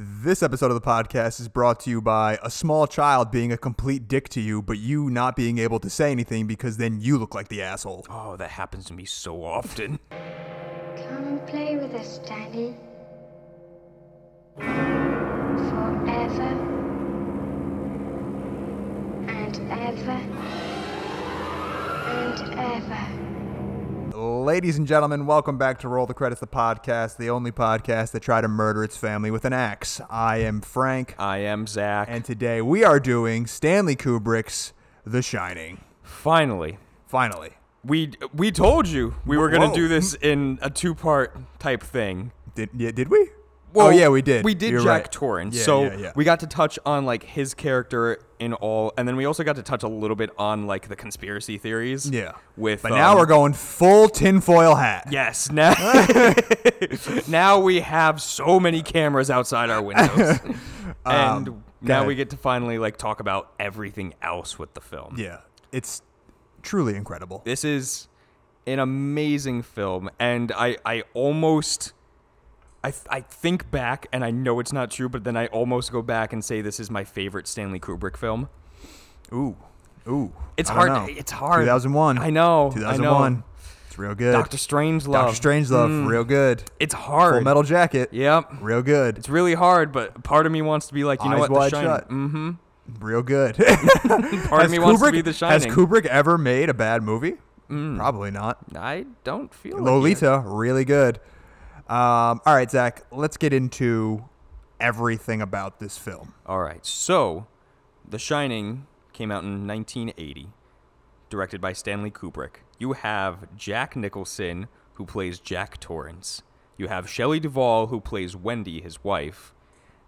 This episode of the podcast is brought to you by a small child being a complete dick to you, but you not being able to say anything because then you look like the asshole. Oh, that happens to me so often. Come and play with us, Danny. Forever and ever and ever. Ladies and gentlemen, welcome back to Roll the Credits, the podcast, the only podcast that try to murder its family with an axe. I am Frank, I am Zach. and today we are doing Stanley Kubrick's The Shining. finally, Finally. we we told you we were going Whoa. to do this in a two-part type thing. Did yeah, did we? oh yeah, we did. We did You're Jack right. Torrance. Yeah, so yeah, yeah. we got to touch on like his character in all and then we also got to touch a little bit on like the conspiracy theories. yeah. With but now um, we're going full tinfoil hat. Yes, now now we have so many cameras outside our windows. and now Um, ahead. we get to finally like talk about everything else with the film. Yeah, it's truly incredible. This is an amazing film, and I, I almost, I, th- I think back, and I know it's not true, but then I almost go back and say this is my favorite Stanley Kubrick film. Ooh, ooh, It's I don't hard- know. it's hard. 2001. I know, I know. 2001. It's real good. Doctor Strange Love. Mm. Doctor Strangelove, real good. It's hard. Full Metal Jacket, Yep. real good. It's really hard, but part of me wants to be like, you know Eyes what, The wide Shining. shut. Mm-hmm. Real good. Part of me wants to be The has Shining. Kubrick ever made a bad movie? Probably not. I don't feel like it. Lolita, really good. Um, all right, Zach, let's get into everything about this film. All right. So, The Shining came out in 1980, directed by Stanley Kubrick. You have Jack Nicholson, who plays Jack Torrance. You have Shelley Duvall, who plays Wendy, his wife.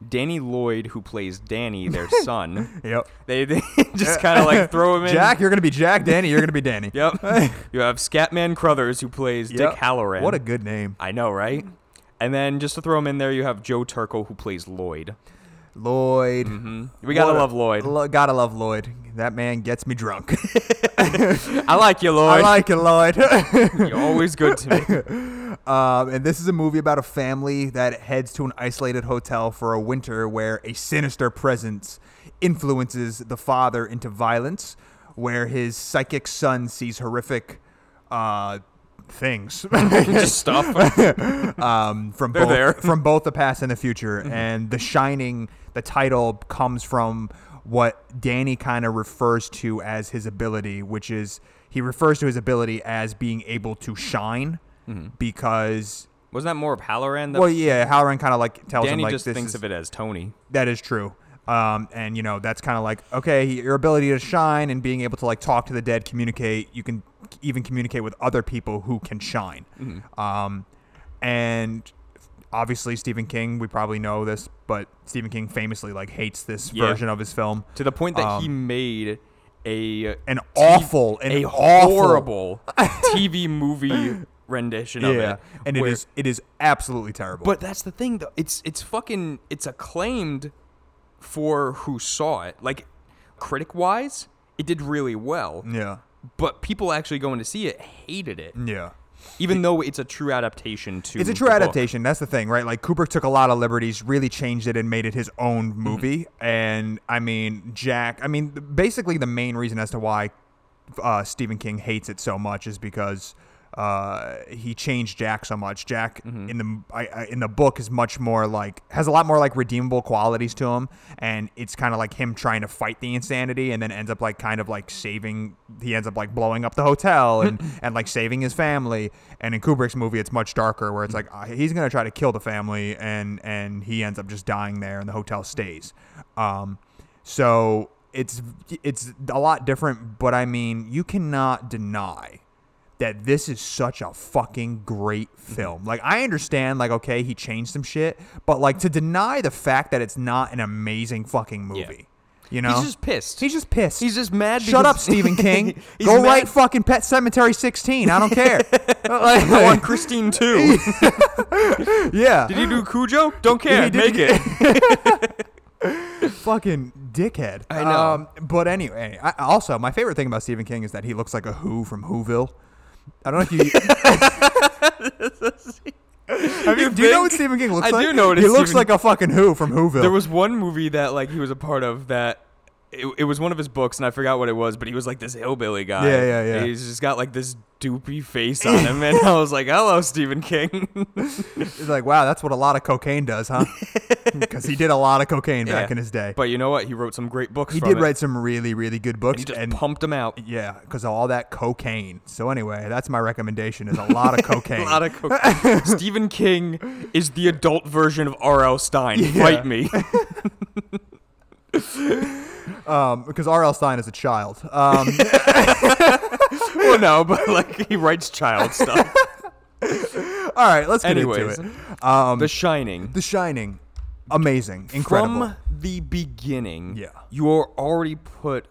Danny Lloyd, who plays Danny, their son. Yep. They, they just kind of like throw him in. Jack, you're gonna be Jack. Danny, you're gonna be Danny. Yep. You have Scatman Crothers, who plays Yep. Dick Halloran. What a good name, I know, right? And then just to throw him in there, you have Joe Turkel, who plays Lloyd. Lloyd. Mm-hmm. We gotta What a- love Lloyd. Lo- gotta love Lloyd. That man gets me drunk. I like you, Lloyd. I like it, Lloyd. You're always good to me. um, and this is a movie about a family that heads to an isolated hotel for a winter where a sinister presence influences the father into violence, where his psychic son sees horrific uh, things. Just stuff. um, from They're both there. Mm-hmm. from both the past and the future. And The Shining, the title comes from what Danny kind of refers to as his ability, which is he refers to his ability as being able to shine Mm-hmm. because. Wasn't that more of Halloran? That Well, yeah, Halloran kind of like tells him Danny like just this thinks is, of it as Tony. that is true. Um, and you know that's kind of like okay, your ability to shine and being able to like talk to the dead, communicate. You can even communicate with other people who can shine. Mm-hmm. Um, and obviously Stephen King, we probably know this, but Stephen King famously like hates this Yeah. version of his film To the point that he Um, made a an awful, an a awful- horrible TV movie rendition of yeah, it. and it where- is it is absolutely terrible. But that's the thing, though. It's it's fucking it's acclaimed for who saw it. Like critic wise, it did really well. yeah, But people actually going to see it hated it, yeah. even though it's a true adaptation to. It's a the true book. adaptation. That's the thing, right? Like Kubrick took a lot of liberties, really changed it and made it his Mm-hmm. own movie. And I mean, Jack. I mean, th- basically the main reason as to why uh, Stephen King hates it so much is because uh, he changed Jack so much. Jack in the m- I, I- in the book is much more like has a lot more like redeemable qualities to him, and it's kind of like him trying to fight the insanity, and then ends up like kind of like saving. He ends up like blowing up the hotel and and like saving his family. And in Kubrick's movie, it's much darker, where it's like uh, he's gonna try to kill the family, and and he ends up just dying there, and the hotel stays. Um, so it's it's a lot different, but I mean, you cannot deny that this is such a fucking great Mm-hmm. film. Like I understand like okay, he changed some shit, but like to deny the fact that it's not an amazing fucking Yeah. movie. You know? He's just pissed. He's just pissed. He's just mad Shut because- up, Stephen King. He's Go mad- write fucking Pet Cemetery 16. I don't care. I want Christine too. yeah. Did he do Cujo? Don't care. He did- Make it. fucking dickhead. Um, I know. but anyway, I, also my favorite thing about Stephen King is that he looks like a Who from Whoville. I don't know if you. I mean, do you know what think? Stephen King looks I like? do know what He it's looks Stephen- like a fucking Who from Whoville. There was one movie that like he was a part of that it, it was one of his books and I forgot what it was, but he was like this hillbilly guy. Yeah, yeah, yeah. And He's just got like this doopy face on him, and I was like, "Hello, Stephen King." It's like, wow, that's what a lot of cocaine does, huh? Because he did a lot of cocaine back Yeah. in his day. But you know what? He wrote some great books. he from did it. write some really, really good books. He just and pumped them out. yeah, because of all that cocaine. So anyway, that's my recommendation: is a lot of cocaine. A lot of coke. Stephen King is the adult version of R.L. Stein. Yeah. Fight me. um, because R.L. Stein is a child. Um, well, no, but like he writes child stuff. all right, let's get Anyways. into it. Um, The Shining. the Shining, amazing, incredible. From the beginning, Yeah. you are already put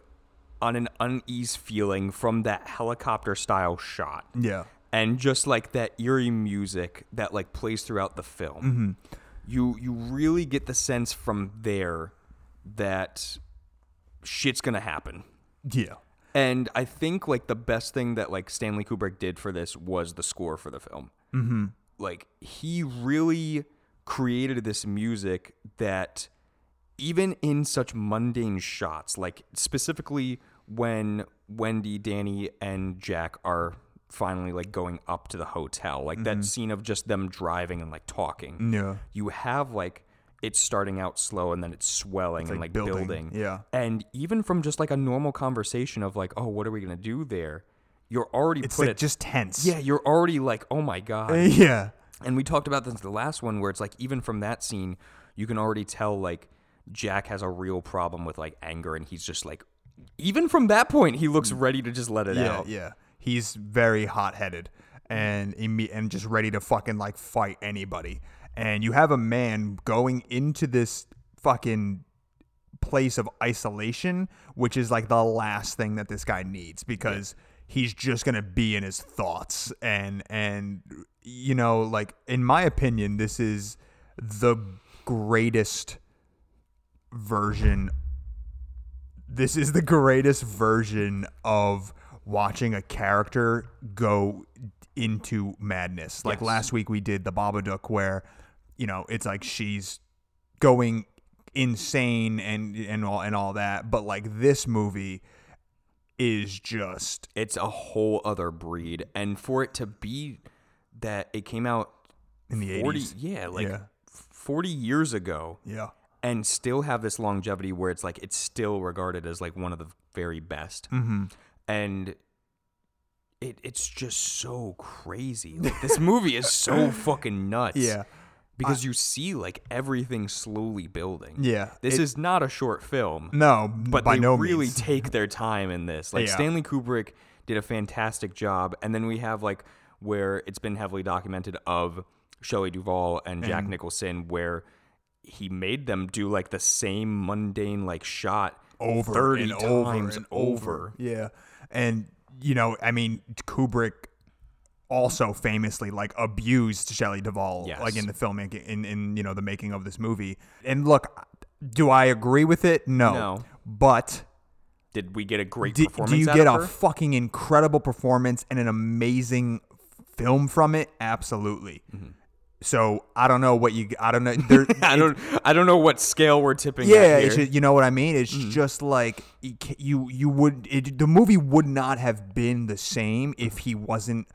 on an unease feeling from that helicopter style shot. yeah, And just like that eerie music that like plays throughout the film. Mm-hmm. You you really get the sense from there that shit's gonna happen. yeah, And I think like the best thing that like Stanley Kubrick did for this was the score for the film. Mm-hmm. Like he really created this music that even in such mundane shots, like specifically when Wendy, Danny, and Jack are finally like going up to the hotel, like that scene of just them driving and like talking, yeah. you have like it's starting out slow and then it's swelling and like, like building, building. yeah. And even from just like a normal conversation of like, oh, what are we gonna do there? You're already It's put like at- just Eh. tense. yeah, you're already like, oh my god. yeah, And we talked about this the last one where it's like even from that scene, you can already tell like Jack has a real problem with like anger and he's just like even from that point he looks ready to just let it Mm. yeah, out. yeah. He's very hot-headed and imme- and just ready to fucking like fight anybody. And you have a man going into this fucking place of isolation, which is like the last thing that this guy needs because he's just gonna be in his thoughts and and you know like in my opinion this is the greatest version this is the greatest version of watching a character go into madness. Like Yes. last week we did the Babadook where, you know, it's like she's going insane and and all and all that, but like this movie is just It's a whole other breed. And for it to be that it came out in the 40 80s. yeah, like Yeah. 40 years ago. Yeah. and still have this longevity where it's like it's still regarded as like one of the very best Mm-hmm. and it it's just so crazy like this movie is so fucking nuts Yeah. because you see like everything slowly building Yeah. this It- is not a short film No, but by they no really means. take their time in this. Like Yeah. Stanley Kubrick did a fantastic job, and then we have like where it's been heavily documented of Shelley Duvall and Jack Mm-hmm. Nicholson, where he made them do like the same mundane like shot over 30 and times over and over. Yeah. And you know, I mean, Kubrick also famously like abused Shelley Duvall Yes. like in the filmmaking in in you know the making of this movie. And look, do I agree with it? No. No. But Did we get a great do, performance? do you out get of a her? fucking incredible performance and an amazing film from it? Absolutely. Mm-hmm. So I don't know what you I don't know there I don't. I don't know what scale we're tipping. at yeah, it's here. ju- you know what I mean. It's Mm-hmm. just like you ca- you you would it, the movie would not have been the same if he wasn't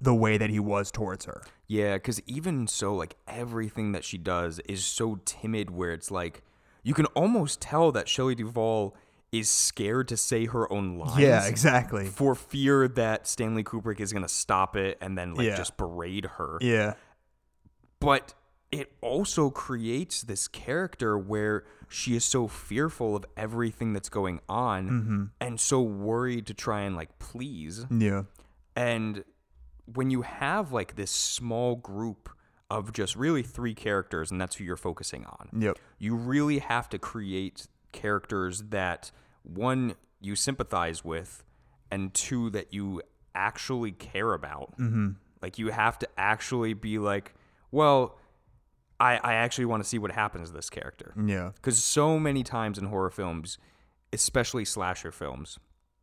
the way that he was towards her. Yeah, because even so, like everything that she does is so timid, where it's like you can almost tell that Shelley Duvall is scared to say her own lines. Yeah, exactly. For fear that Stanley Kubrick is gonna stop it and then like Yeah. just berate her. Yeah, But it also creates this character where she is so fearful of everything that's going on Mm-hmm. and so worried to try and like please. yeah, And when you have like this small group of just really three characters, and that's who you're focusing on, yep, you really have to create characters that one, you sympathize with, and two, that you actually care about. Mm-hmm. Like you have to actually be like, well, I, I actually want to see what happens to this character. yeah. Because so many times in horror films, especially slasher films,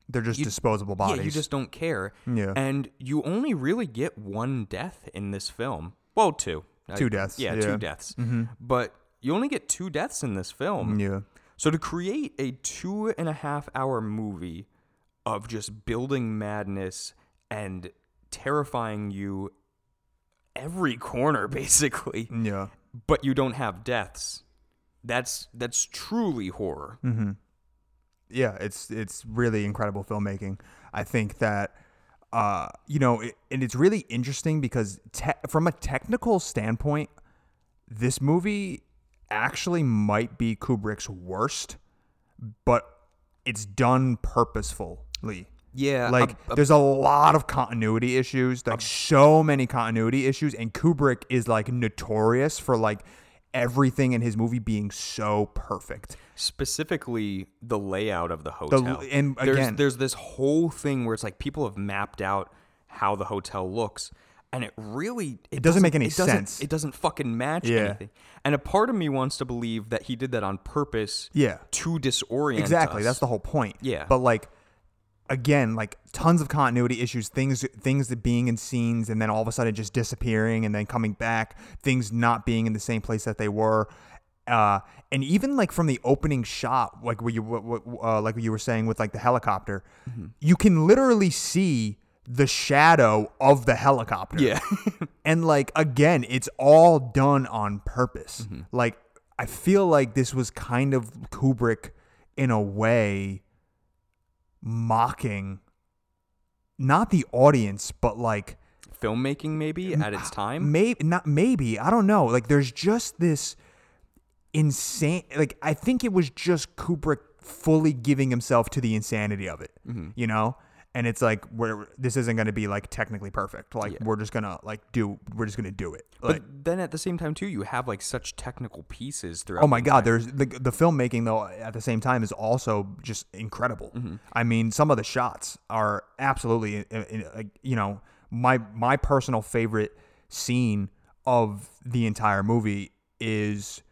They're just You- disposable bodies. yeah, you just don't care. Yeah. And you only really get one death in this film. Well, two. I- Two deaths, Yeah, yeah. Mm-hmm. two deaths. But you only get two deaths in this film. Yeah. So to create a two and a half hour movie of just building madness and terrifying you every corner, basically, Yeah. but you don't have deaths. That's that's truly horror. yeah, it's it's really incredible filmmaking. I think that uh, you know, it, and it's really interesting because te- from a technical standpoint, this movie actually might be Kubrick's worst, but it's done purposefully. Yeah, like a- a- there's a lot of continuity issues, like so many continuity issues, and Kubrick is like notorious for like everything in his movie being so perfect. specifically the layout of the hotel. and there's, again- there's this whole thing where it's like people have mapped out how the hotel looks, and it really it, doesn't make any it doesn't- sense. It doesn't fucking match Yeah. anything. And a part of me wants to believe that he did that on purpose. Yeah. to disorient exactly us. that's the whole point Yeah. but like again like tons of continuity issues things things that being in scenes and then all of a sudden just disappearing and then coming back things not being in the same place that they were uh, and even like from the opening shot like what you what, what, uh, like what you were saying with like the helicopter you can literally see the shadow of the helicopter yeah. and like again, it's all done on purpose. Mm-hmm. Like I feel like this was kind of Kubrick in a way mocking not the audience, but like Filmmaking maybe at its ah, time. maybe not maybe, I don't know. Like there's just this insane like I think it was just Kubrick fully giving himself to the insanity of it. Mm-hmm. You know? And it's like we're this isn't going to be like technically perfect. Like Yeah. we're just going to like do we're just going to do it. Like, but then at the same time too, you have like such technical pieces throughout. Oh my the God! There's the, the filmmaking though. At the same time, is also just incredible. Mm-hmm. I mean, some of the shots are absolutely, uh, uh, you know, my my personal favorite scene of the entire movie is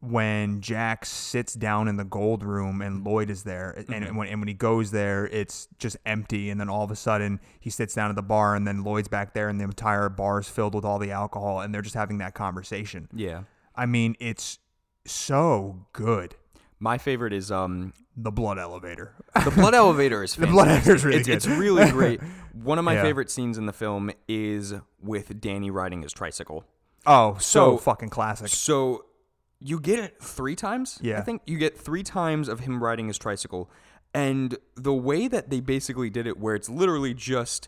when Jack sits down in the gold room and Lloyd is there, Mm-hmm. and when and when he goes there, it's just empty, and then all of a sudden he sits down at the bar, and then Lloyd's back there, and the entire bar is filled with all the alcohol, and they're just having that conversation. Yeah. I mean, it's so good. My favorite is um The blood elevator. The blood elevator is blood fantastic. elevator's really it's, it's good. really great. One of my Yeah. favorite scenes in the film is with Danny riding his tricycle. Oh, so, So- fucking classic. So you get it three times. I Yeah. think you get three times of him riding his tricycle, and the way that they basically did it, where it's literally just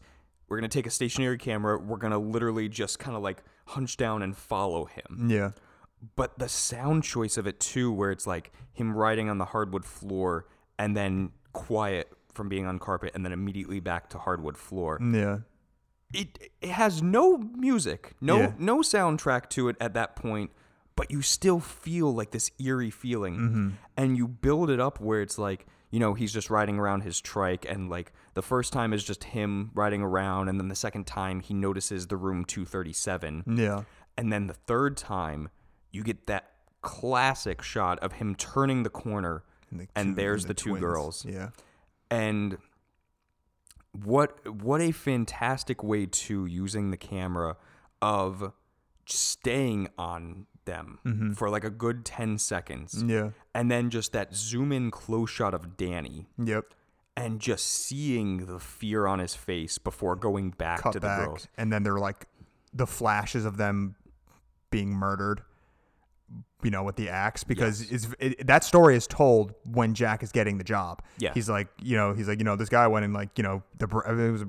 we're gonna take a stationary camera, we're gonna literally just kind of like hunch down and follow him. Yeah. But the sound choice of it too, where it's like him riding on the hardwood floor and then quiet from being on carpet and then immediately back to hardwood floor. Yeah. It it has no music, no Yeah. no soundtrack to it at that point, but you still feel like this eerie feeling. And you build it up where it's like, you know, he's just riding around his trike and like the first time is just him riding around and then the second time he notices the room 237. Yeah. And then the third time, you get that classic shot of him turning the corner, and, there's the, two twins. girls. Yeah. And what what a fantastic way to using the camera of staying on them for like a good 10 seconds. Yeah. And then just that zoom in close shot of Danny Yep. and just seeing the fear on his face before going back Cut to the back, girls. and then they're like the flashes of them being murdered. You know, with the axe, because it's it, that story is told when Jack is getting the job. Yeah. he's like, you know, he's like, you know, this guy went and like, you know, the Br- I mean, it was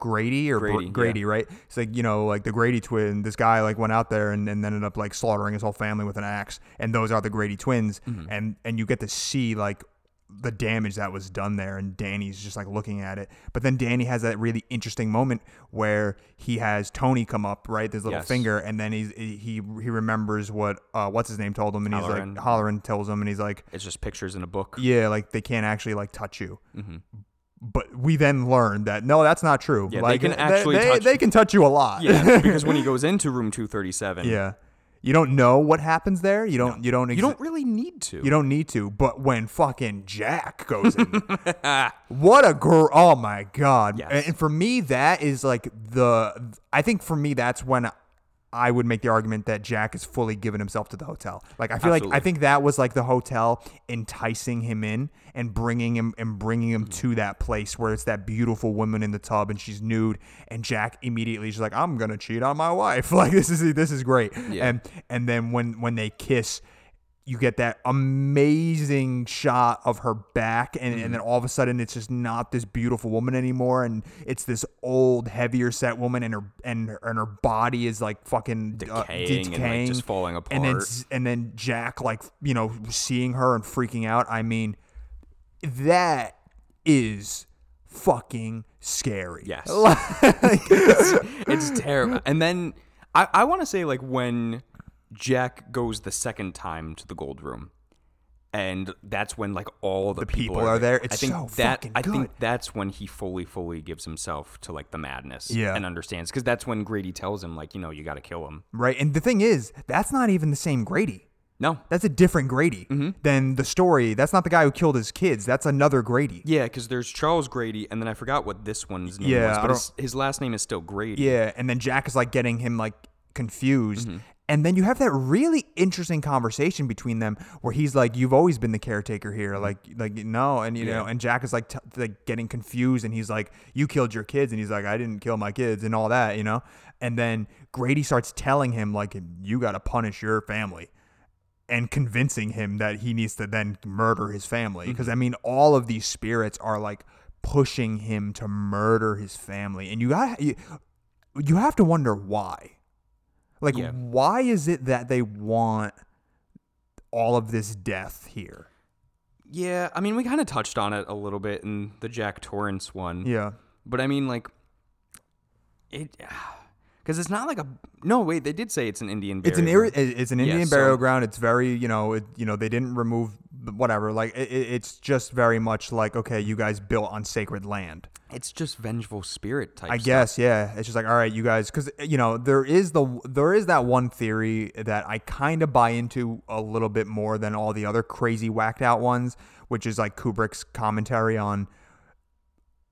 Grady or Br- Grady, yeah. Grady, right? It's like, you know, like the Grady twin, this guy like went out there and, and ended up like slaughtering his whole family with an axe. And those are the Grady twins. Mm-hmm. And and you get to see like the damage that was done there and Danny's just like looking at it. But then Danny has that really interesting moment where he has Tony come up, right? This little Yes. finger and then he's he he remembers what uh what's his name told him and Halloran. he's like Halloran tells him and he's like It's just pictures in a book. yeah, like they can't actually like touch you. Mm-hmm. But we then learn that no, that's not true. Yeah, they like, can actually they, touch they can touch you a lot. Yeah, because when he goes into room 237, yeah. You don't know what happens there. You don't. You don't. You ex- don't really need to. You don't need to. But when fucking Jack goes in, what a girl! Oh my god! Yes. And- And for me, that is like the. I think for me, that's when I would make the argument that Jack is fully given himself to the hotel. Like I feel like I Absolutely. think that was like the hotel enticing him in and bringing him and bringing him Mm. to that place where it's that beautiful woman in the tub and she's nude and Jack immediately is like I'm gonna cheat on my wife. Like this is this is great. Yeah. And and then when when they kiss. You get that amazing shot of her back, and, Mm-hmm. and then all of a sudden, it's just not this beautiful woman anymore, and it's this old, heavier set woman, and her and her, and her body is like fucking uh, Decaying and, like, decaying. just falling And then apart. s- and then Jack like you know seeing her and freaking out. I mean, that is fucking scary. Yes. Like- it's terrible. And then I, I want to say like when Jack goes the second time to the gold room, and that's when like all the, people are there. It's I think so that fucking I good. think that's when he fully fully gives himself to like the madness. Yeah. and understands because that's when Grady tells him like you know you got to kill him. right. And the thing is, that's not even the same Grady. No. That's a different Grady than the story. That's not the guy who killed his kids. That's another Grady. Yeah, because there's Charles Grady, and then I forgot what this one's name Yeah, was, I but don't- his, his last name is still Grady. Yeah, and then Jack is like getting him like confused. And then you have that really interesting conversation between them where he's like you've always been the caretaker here like like no and you know Yeah. and Jack is like t- like getting confused and he's like you killed your kids and he's like I didn't kill my kids and all that, you know. And then Grady starts telling him like you got to punish your family and convincing him that he needs to then murder his family because i mean all of these spirits are like pushing him to murder his family and you got you, you have to wonder why like Yeah. why is it that they want all of this death here Yeah, I mean we kind of touched on it a little bit in the Jack Torrance one. yeah But I mean, like, it because it's not like a no. Wait, they did say it's an Indian. it's an burial ir- ground. it's an Yeah, Indian burial so- ground. It's very you know it, you know they didn't remove whatever like it, it- it's just very much like okay you guys built on sacred land. It's just vengeful spirit type. I stuff. guess, yeah. It's just like, all right, you guys, because you know there is the there is that one theory that I kind of buy into a little bit more than all the other crazy whacked out ones, which is like Kubrick's commentary on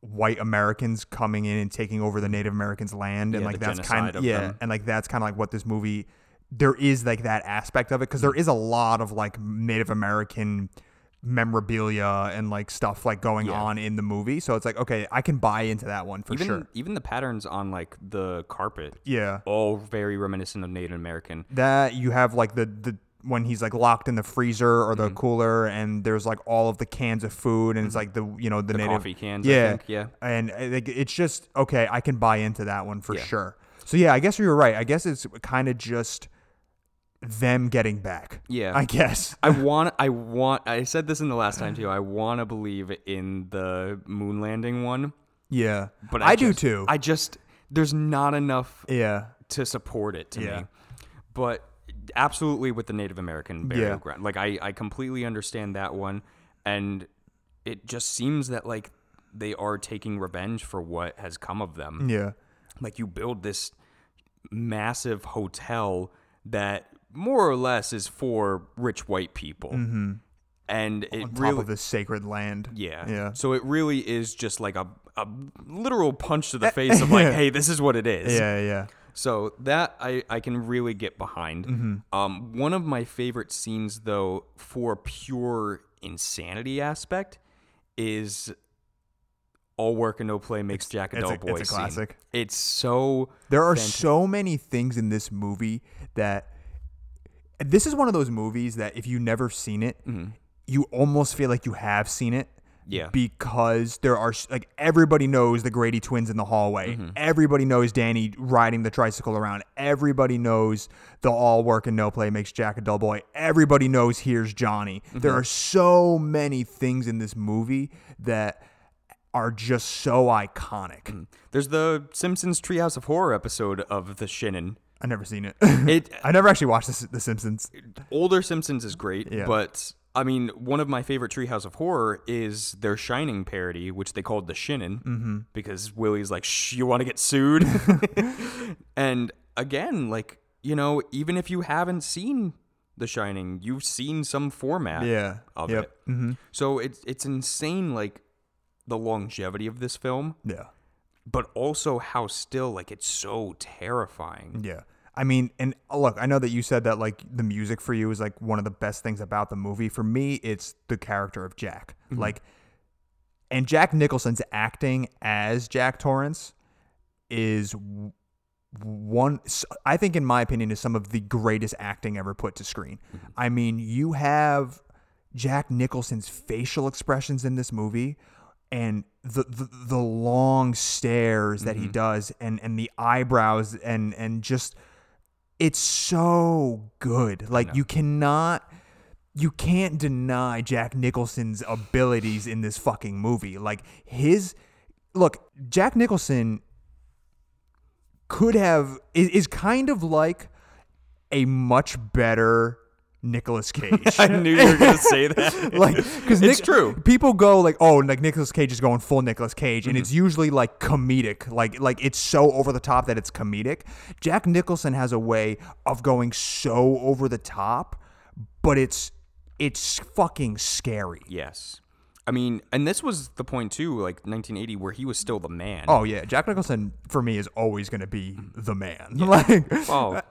white Americans coming in and taking over the Native Americans' land, and Yeah, like the that's kind genocide of yeah, them. and like that's kind of like what this movie. There is like that aspect of it because there is a lot of like Native American memorabilia and like stuff like going Yeah. on in the movie, so it's like okay, I can buy into that one for even sure. even the patterns on like the carpet, Yeah. all very reminiscent of Native American. That you have like the the when he's like locked in the freezer or the Mm-hmm. cooler and there's like all of the cans of food and it's like the you know the, native coffee cans, I Yeah. think, yeah. And I think it's just okay, I can buy into that one for Yeah. sure. So yeah, I guess you're right. I guess it's kind of just them getting back. Yeah. I guess. I want, I want, I said this in the last time too. I want to believe in the moon landing one, Yeah. but I, I, do just- too. I just there's not enough yeah. to support it to Yeah. me. But absolutely with the Native American burial Yeah. ground. Like I, I completely understand that one. And it just seems that like they are taking revenge for what has come of them. Yeah. Like you build this massive hotel that more or less is for rich white people. And it Mm-hmm. On top really of this sacred land. yeah. Yeah. So it really is just like a, a literal punch to Eh. the face of like, hey, this is what it is. Yeah, yeah. So that I, I can really get behind. Mm-hmm. Um, one of my favorite scenes, though, for pure insanity aspect, is all work and no play makes Jack a it's a- dull it's boy. a scene. classic. It's so There are so many things in this movie that this is one of those movies that if you've never seen it, you almost feel like you have seen it. Yeah. Because there are s- like everybody knows the Grady twins in the hallway. Everybody knows Danny riding the tricycle around. Everybody knows the all work and no play makes Jack a dull boy. Everybody knows here's Johnny. There are so many things in this movie that are just so iconic. there's the Simpsons Treehouse of Horror episode of the Shinnin. I've never seen it. It I never actually watched the, the Simpsons. older Simpsons is great, Yeah. but I mean, one of my favorite Treehouse of Horror is their Shining parody, which they called the Shinnin, Mm-hmm. because Willie's like, "Shh, you want to get sued?" and again, like you know, even if you haven't seen the Shining, you've seen some format, Yeah. of Yep. Mm-hmm. it. So it's it's insane, like the longevity of this film, Yeah. but also how still, like, it's so terrifying. Yeah. I mean, and uh, look, I know that you said that like the music for you is like one of the best things about the movie. For me, it's the character of Jack. Like, and Jack Nicholson's acting as Jack Torrance is w- one s- I think in my opinion is some of the greatest acting ever put to screen. I mean, you have Jack Nicholson's facial expressions in this movie and the the, the long stares that he does and and the eyebrows and and just it's so good. Like you cannot you can't deny Jack Nicholson's abilities in this fucking movie. Like his look, Jack Nicholson could have is, is kind of like a much better Nicolas Cage. I knew you were gonna say that. like because it's true. People go like, oh, like Nicolas Cage is going full Nicolas Cage, Mm-hmm. and it's usually like comedic, like like it's so over the top that it's comedic. Jack Nicholson has a way of going so over the top, but it's it's fucking scary. Yes. I mean, and this was the point too, like 1980, where he was still the man. Oh yeah, Jack Nicholson for me is always gonna be Mm-hmm. the man. Like, Well,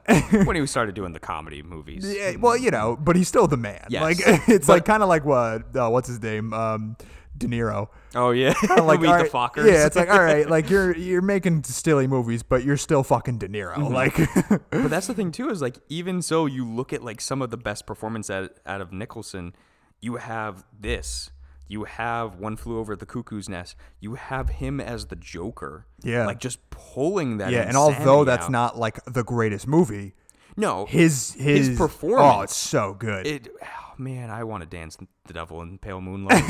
when he started doing the comedy movies. Yeah, well, you know, but he's still the man. Yes. Like it's But- like kind of like what uh, what's his name, um, De Niro. Oh yeah, Kinda like like Meet all the right, Fockers. Yeah, it's like all right, like you're you're making silly movies, but you're still fucking De Niro. Mm-hmm. Like, but that's the thing too is like even so you look at like some of the best performance out, out of nicholson you have this you have one flew over the cuckoo's nest you have him as the joker Yeah. like just pulling that yeah, and although insanity that's out. not like the greatest movie, no his his, Oh, performance- it's so good. it oh, man i want to dance the devil in pale moonlight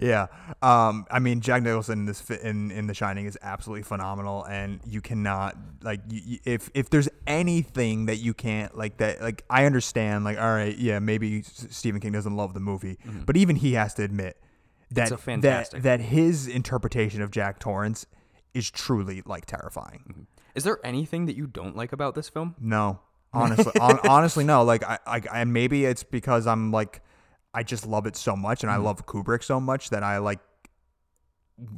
yeah. Um, I mean, Jack Nicholson in this fi- in in The Shining is absolutely phenomenal, and you cannot like you, you- if if there's anything that you can't like that like I understand like all right yeah maybe S- Stephen King doesn't love the movie, but even he has to admit that Mm-hmm. a fantastic- that that his interpretation of Jack Torrance is truly like terrifying. is there anything that you don't like about this film No, honestly, hon- honestly, no. Like, I, I, I, maybe it's because I'm like, I just love it so much, and Mm-hmm. I love Kubrick so much that I like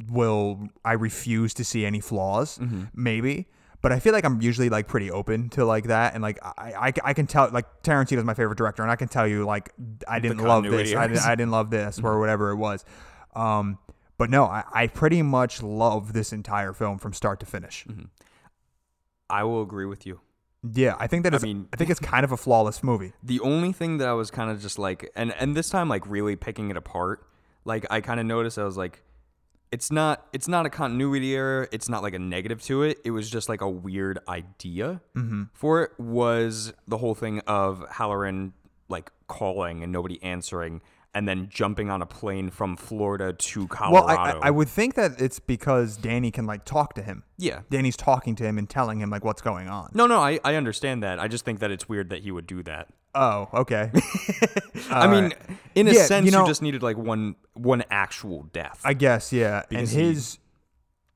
will I refuse to see any flaws. Mm-hmm. Maybe, but I feel like I'm usually like pretty open to like that, and like I, I, I can tell like Tarantino's my favorite director, and I can tell you like I didn't love this, continuity Mm-hmm. I, didn't- I didn't love this, or whatever it was. Um, but no, I, I pretty much love this entire film from start to finish. Mm-hmm. i will agree with you Yeah, I think that is. I, mean- think it's kind of a flawless movie. The only thing that I was kind of just like, and and this time like really picking it apart, like I kind of noticed I was like, it's not it's not a continuity error. It's not like a negative to it. It was just like a weird idea Mm-hmm. for it. Was the whole thing of Halloran like calling and nobody answering, and then jumping on a plane from Florida to Well, Colorado. I, I, I would think that it's because Danny can like talk to him. yeah. Danny's talking to him and telling him like what's going on. No, no, I, I understand that. I just think that it's weird that he would do that. Oh, okay. I mean, in a Yeah, sense, you Uh, you, know- just needed like one one actual death. I guess yeah. And Because he- his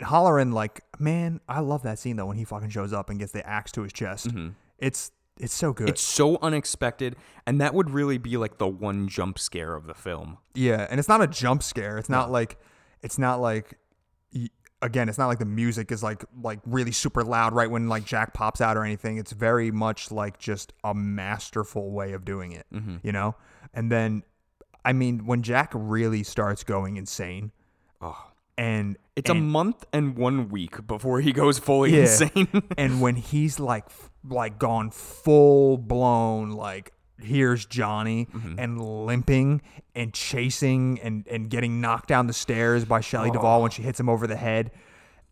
hollering like, man, I love that scene though when he fucking shows up and gets the axe to his chest. Mm-hmm. It's it's so good. It's so unexpected, and that would really be like the one jump scare of the film. yeah, and it's not a jump scare. It's not like it's not like y- again, it's not like the music is like like really super loud right when like Jack pops out or anything. It's very much like just a masterful way of doing it, Mm-hmm. you know? And then I mean, when Jack really starts going insane, Oh. and It's a and, month and one week before he goes fully Yeah. insane. and when he's like f- like gone full blown like here's Johnny and limping and chasing and and getting knocked down the stairs by Shelley Duvall when she hits him over the head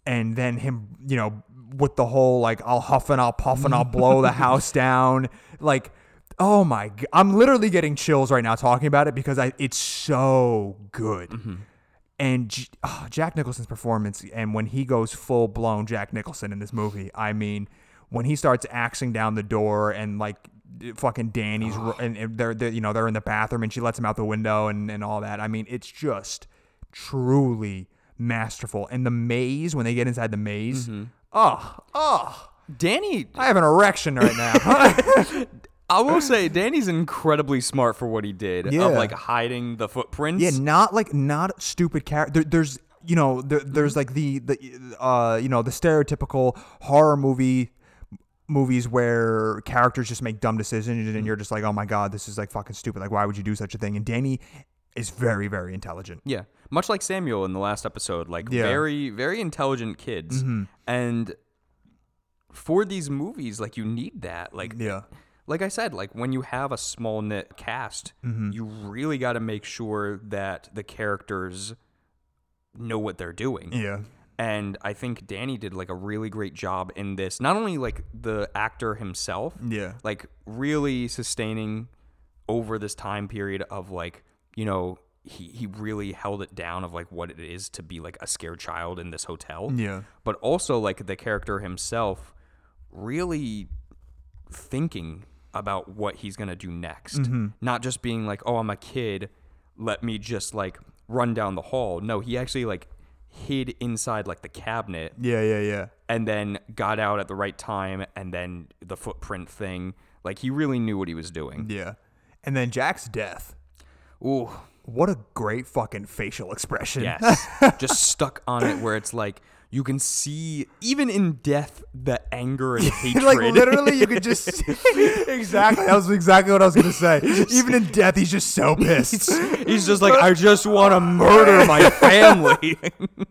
and then him you know with the whole like I'll huff and I'll puff and I'll blow the house down like oh my god I'm literally getting chills right now talking about it because I it's so good and J- ah, Jack Nicholson's performance, and when he goes full blown Jack Nicholson in this movie, I mean, when he starts axing down the door and like d- fucking Danny's, ro- and, and they're, they're you know they're in the bathroom and she lets him out the window and and all that. I mean, it's just truly masterful. And the maze when they get inside the maze, oh oh, Danny, I have an erection right now. I will say, Danny's incredibly smart for what he did Yeah. of like hiding the footprints. Yeah, not like not stupid character. There, there's you Mm-hmm. know there, there's like the the uh you know the stereotypical horror movie movies where characters just make dumb decisions Mm-hmm. and you're just like, oh my god, this is like fucking stupid. Like, why would you do such a thing? And Danny is very, very intelligent. Yeah. Much like Samuel in the last episode, like Yeah. very, very intelligent kids. And for these movies, like you need that. Like Yeah. like I said, like when you have a small knit cast, Mm-hmm. you really gotta make sure that the characters know what they're doing. Yeah. And I think Danny did like a really great job in this. Not only like the actor himself, Yeah. like really sustaining over this time period of like you know he, he really held it down of like what it is to be like a scared child in this hotel Yeah. but also like the character himself really thinking about what he's gonna do next Mm-hmm. not just being like oh i'm a kid let me just like run down the hall no he actually like hid inside like the cabinet Yeah. Yeah. Yeah. and then got out at the right time and then the footprint thing like he really knew what he was doing Yeah. And then Jack's death. ooh What a great fucking facial expression. yes just stuck on it where it's like you can see even in death the anger and hatred like literally, you could just see- exactly. That was exactly what I was gonna say. Even in death, he's just so pissed. he's just like i just want to murder my family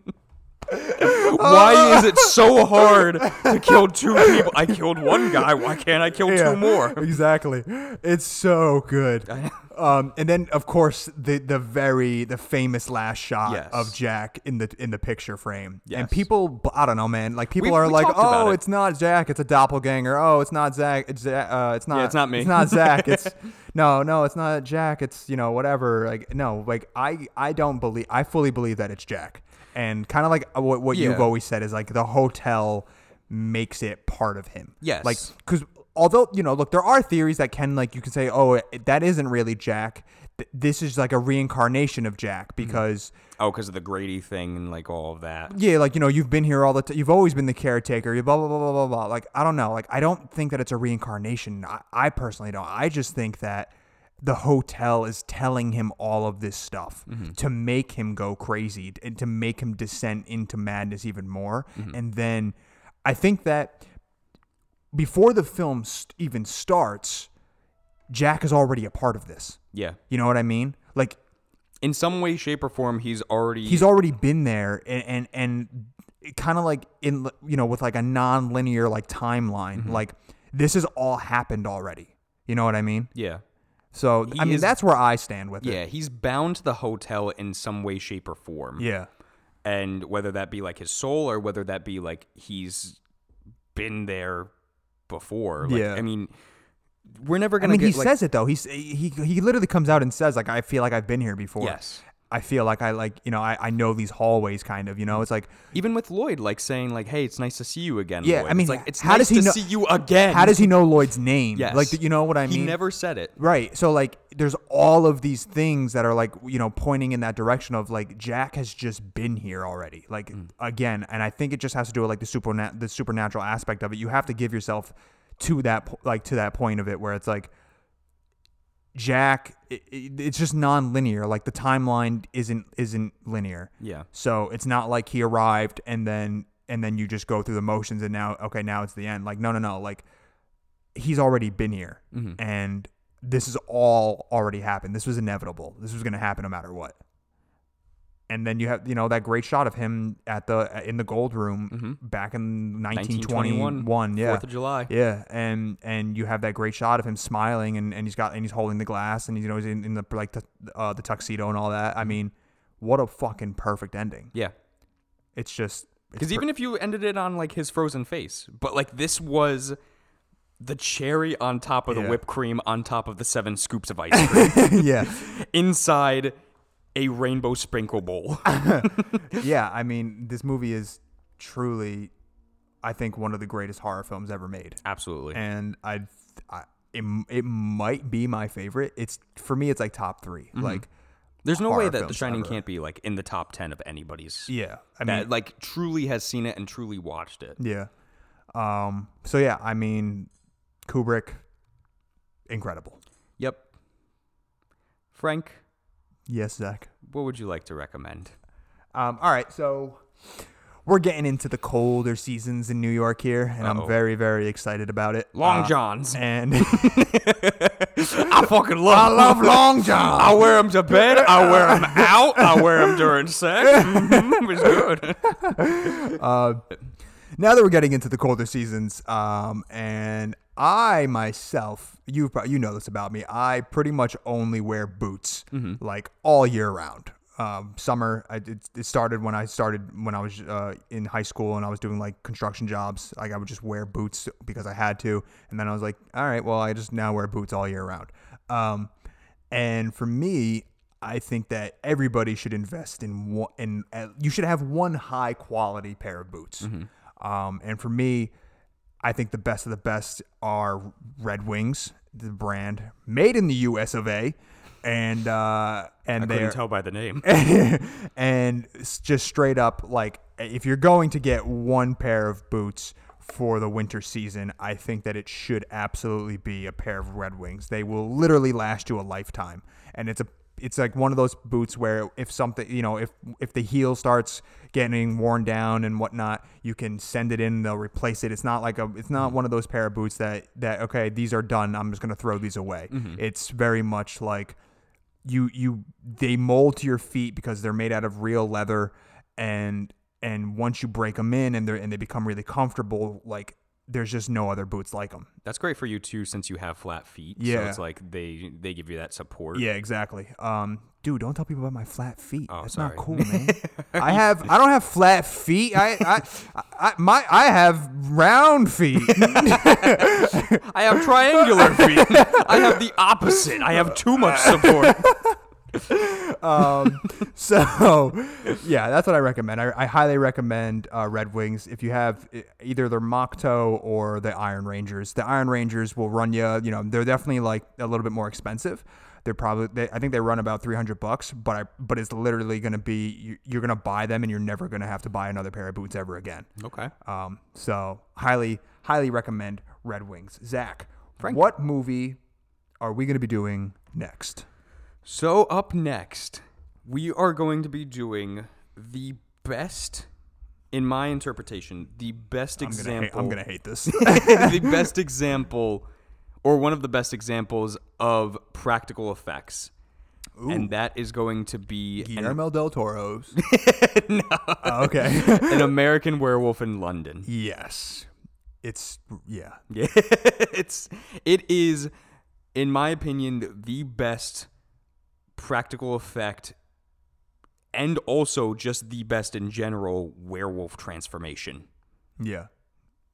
why is it so hard to kill two people i killed one guy why can't i kill Yeah, two more Exactly. It's so good. um, and then of course the the very the famous last shot Yes. of Jack in the in the picture frame. Yes. And people, b- I don't know, man. Like people We- are we like, talked about oh, it." it's not Jack, it's a doppelganger. Oh, it's not Zach, it's Zach, uh, it's not, it's not me. It's not Zach. It's no, no, it's not Jack. It's you know whatever. Like no, like I I don't believe. I fully believe that it's Jack. And kind of like uh, what, what you've Yeah. always said is like the hotel makes it part of him. Yes. Like because although you know, look, there are theories that can like you can say, oh, it, that isn't really Jack. Th- this is like a reincarnation of Jack because oh because of the grady thing and like all of that yeah, like you know, you've been here all the time. You've always been the caretaker. You blah blah blah blah blah blah. Like I don't know. Like I don't think that it's a reincarnation. I, I personally don't. I just think that the hotel is telling him all of this stuff to make him go crazy and to make him descend into madness even more. And then I think that before the film st- even starts, Jack is already a part of this. yeah You know what I mean? Like in some way, shape, or form, he's already he's already been there and and, and kind of like in you know with like a non-linear like timeline Mm-hmm. like this has all happened already you know what i mean yeah so i mean is- that's where i stand with it yeah he's bound to the hotel in some way, shape, or form. yeah and whether that be like his soul or whether that be like he's been there before. Like, Yeah. I mean, we're never i gonna. mean he get, like, says it though he's he he literally comes out and says like i feel like i've been here before Yes. i feel like i like you know i, I know these hallways kind of you Mm-hmm. know it's like even with Lloyd, like saying like, "Hey, it's nice to see you again." Yeah, Lloyd. I mean, it's like it's how does nice he to know- see you again. how does he know lloyd's name Yes. like you know what i he mean never said it. Right. So like there's all of these things that are like, you know, pointing in that direction of like Jack has just been here already. Like again, and I think it just has to do with like the supernat the supernatural aspect of it. You have to give yourself to that po- like to that point of it where it's like Jack i i- it's just non-linear. Like the timeline isn't isn't linear. Yeah. So it's not like he arrived and then and then you just go through the motions and now okay now it's the end. Like no no no like he's already been here Mm-hmm. and this is all already happened. This was inevitable. This was going to happen no matter what. And then you have you know that great shot of him at the in the gold room back in 1921. 1921, yeah. Mm-hmm. Fourth of July. Yeah, and and you have that great shot of him smiling, and, and he's got and he's holding the glass, and you know he's in, in the like the, uh, the tuxedo and all that. I Mm-hmm. mean, what a fucking perfect ending! Yeah. It's just it's Because per- even if you ended it on like his frozen face, but like this was the cherry on top of the Yeah. whipped cream on top of the seven scoops of ice cream yeah inside a rainbow sprinkle bowl. yeah, I mean this movie is truly, I think one of the greatest horror films ever made, Absolutely. and I'd- I it, it might be my favorite. It's for me, it's like top 3 Mm-hmm. Like There's no horror way that The films Shining ever. can't be like in the top 10 of anybody's. yeah, I mean That like truly has seen it and truly watched it. Yeah. Um. So yeah, I mean, Kubrick, incredible. Yep. Frank, Yes, Zach. what would you like to recommend? Um. All right. So we're getting into the colder seasons in New York here, and Uh-oh. I'm very, very excited about it. Long Uh, Johns. and I fucking love. I love Long John. I wear them to bed. I wear them out. I wear them during sex. Mhm, It's good. now that we're getting into the colder seasons, um, and I myself, you pro- you know this about me, I pretty much only wear boots like all year round. Um, summer, I, it, it started when I started when I was uh, in high school and I was doing like construction jobs. Like I would just wear boots because I had to, and then I was like, all right, well, I just now wear boots all year round. Um, and for me, I think that everybody should invest in one, in uh, you should have one high quality pair of boots. Um, and for me, I think the best of the best are Red Wings, the brand made in the U.S. of A. And uh, and I they're couldn't tell by the name. and s- just straight up like if you're going to get one pair of boots for the winter season, I think that it should absolutely be a pair of Red Wings. They will literally last you a lifetime. And it's a it's like one of those boots where if something you know if if the heel starts getting worn down and whatnot you can send it in they'll replace it it's not like a it's not one of those pair of boots that that okay these are done i'm just going to throw these away it's very much like you you they mold to your feet because they're made out of real leather and and once you break them in and they are and they become really comfortable like there's just no other boots like them That's great for you too, since you have flat feet. so Yeah. it's like they they give you that support. yeah exactly um dude don't tell people about my flat feet Oh, that's sorry. not cool man i have i don't have flat feet i i, I my i have round feet I have triangular feet. I have the opposite. I have too much support. So, yeah, that's what I recommend. I, I highly recommend uh, Red Wings if you have e- either their mock toe or the Iron Rangers. The Iron Rangers will run you. You know, they're definitely like a little bit more expensive. They're probably. They, I think they run about three hundred bucks, but I but it's literally going to be you, you're going to buy them and you're never going to have to buy another pair of boots ever again. Okay. Um, so highly highly recommend Red Wings. Zach, what movie are we going to be doing next? So up next, we are going to be doing the best, in my interpretation, the best I'm example. gonna hate, I'm gonna hate this. the best example, or one of the best examples of practical effects, and that is going to be an, Guillermo del Toro's. Oh, okay. an American Werewolf in London. yes. It's yeah. Yeah, it's it is, in my opinion, the best practical effect, and also just the best in general werewolf transformation. Yeah.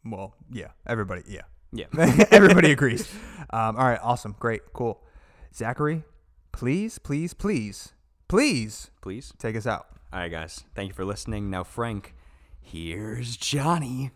Well, yeah. Everybody, yeah. Yeah, Everybody agrees. Um, all right, awesome. Great. Cool. Zachary, please, please, please, please please. take us out. All right, guys, thank you for listening. Now, Frank, here's Johnny.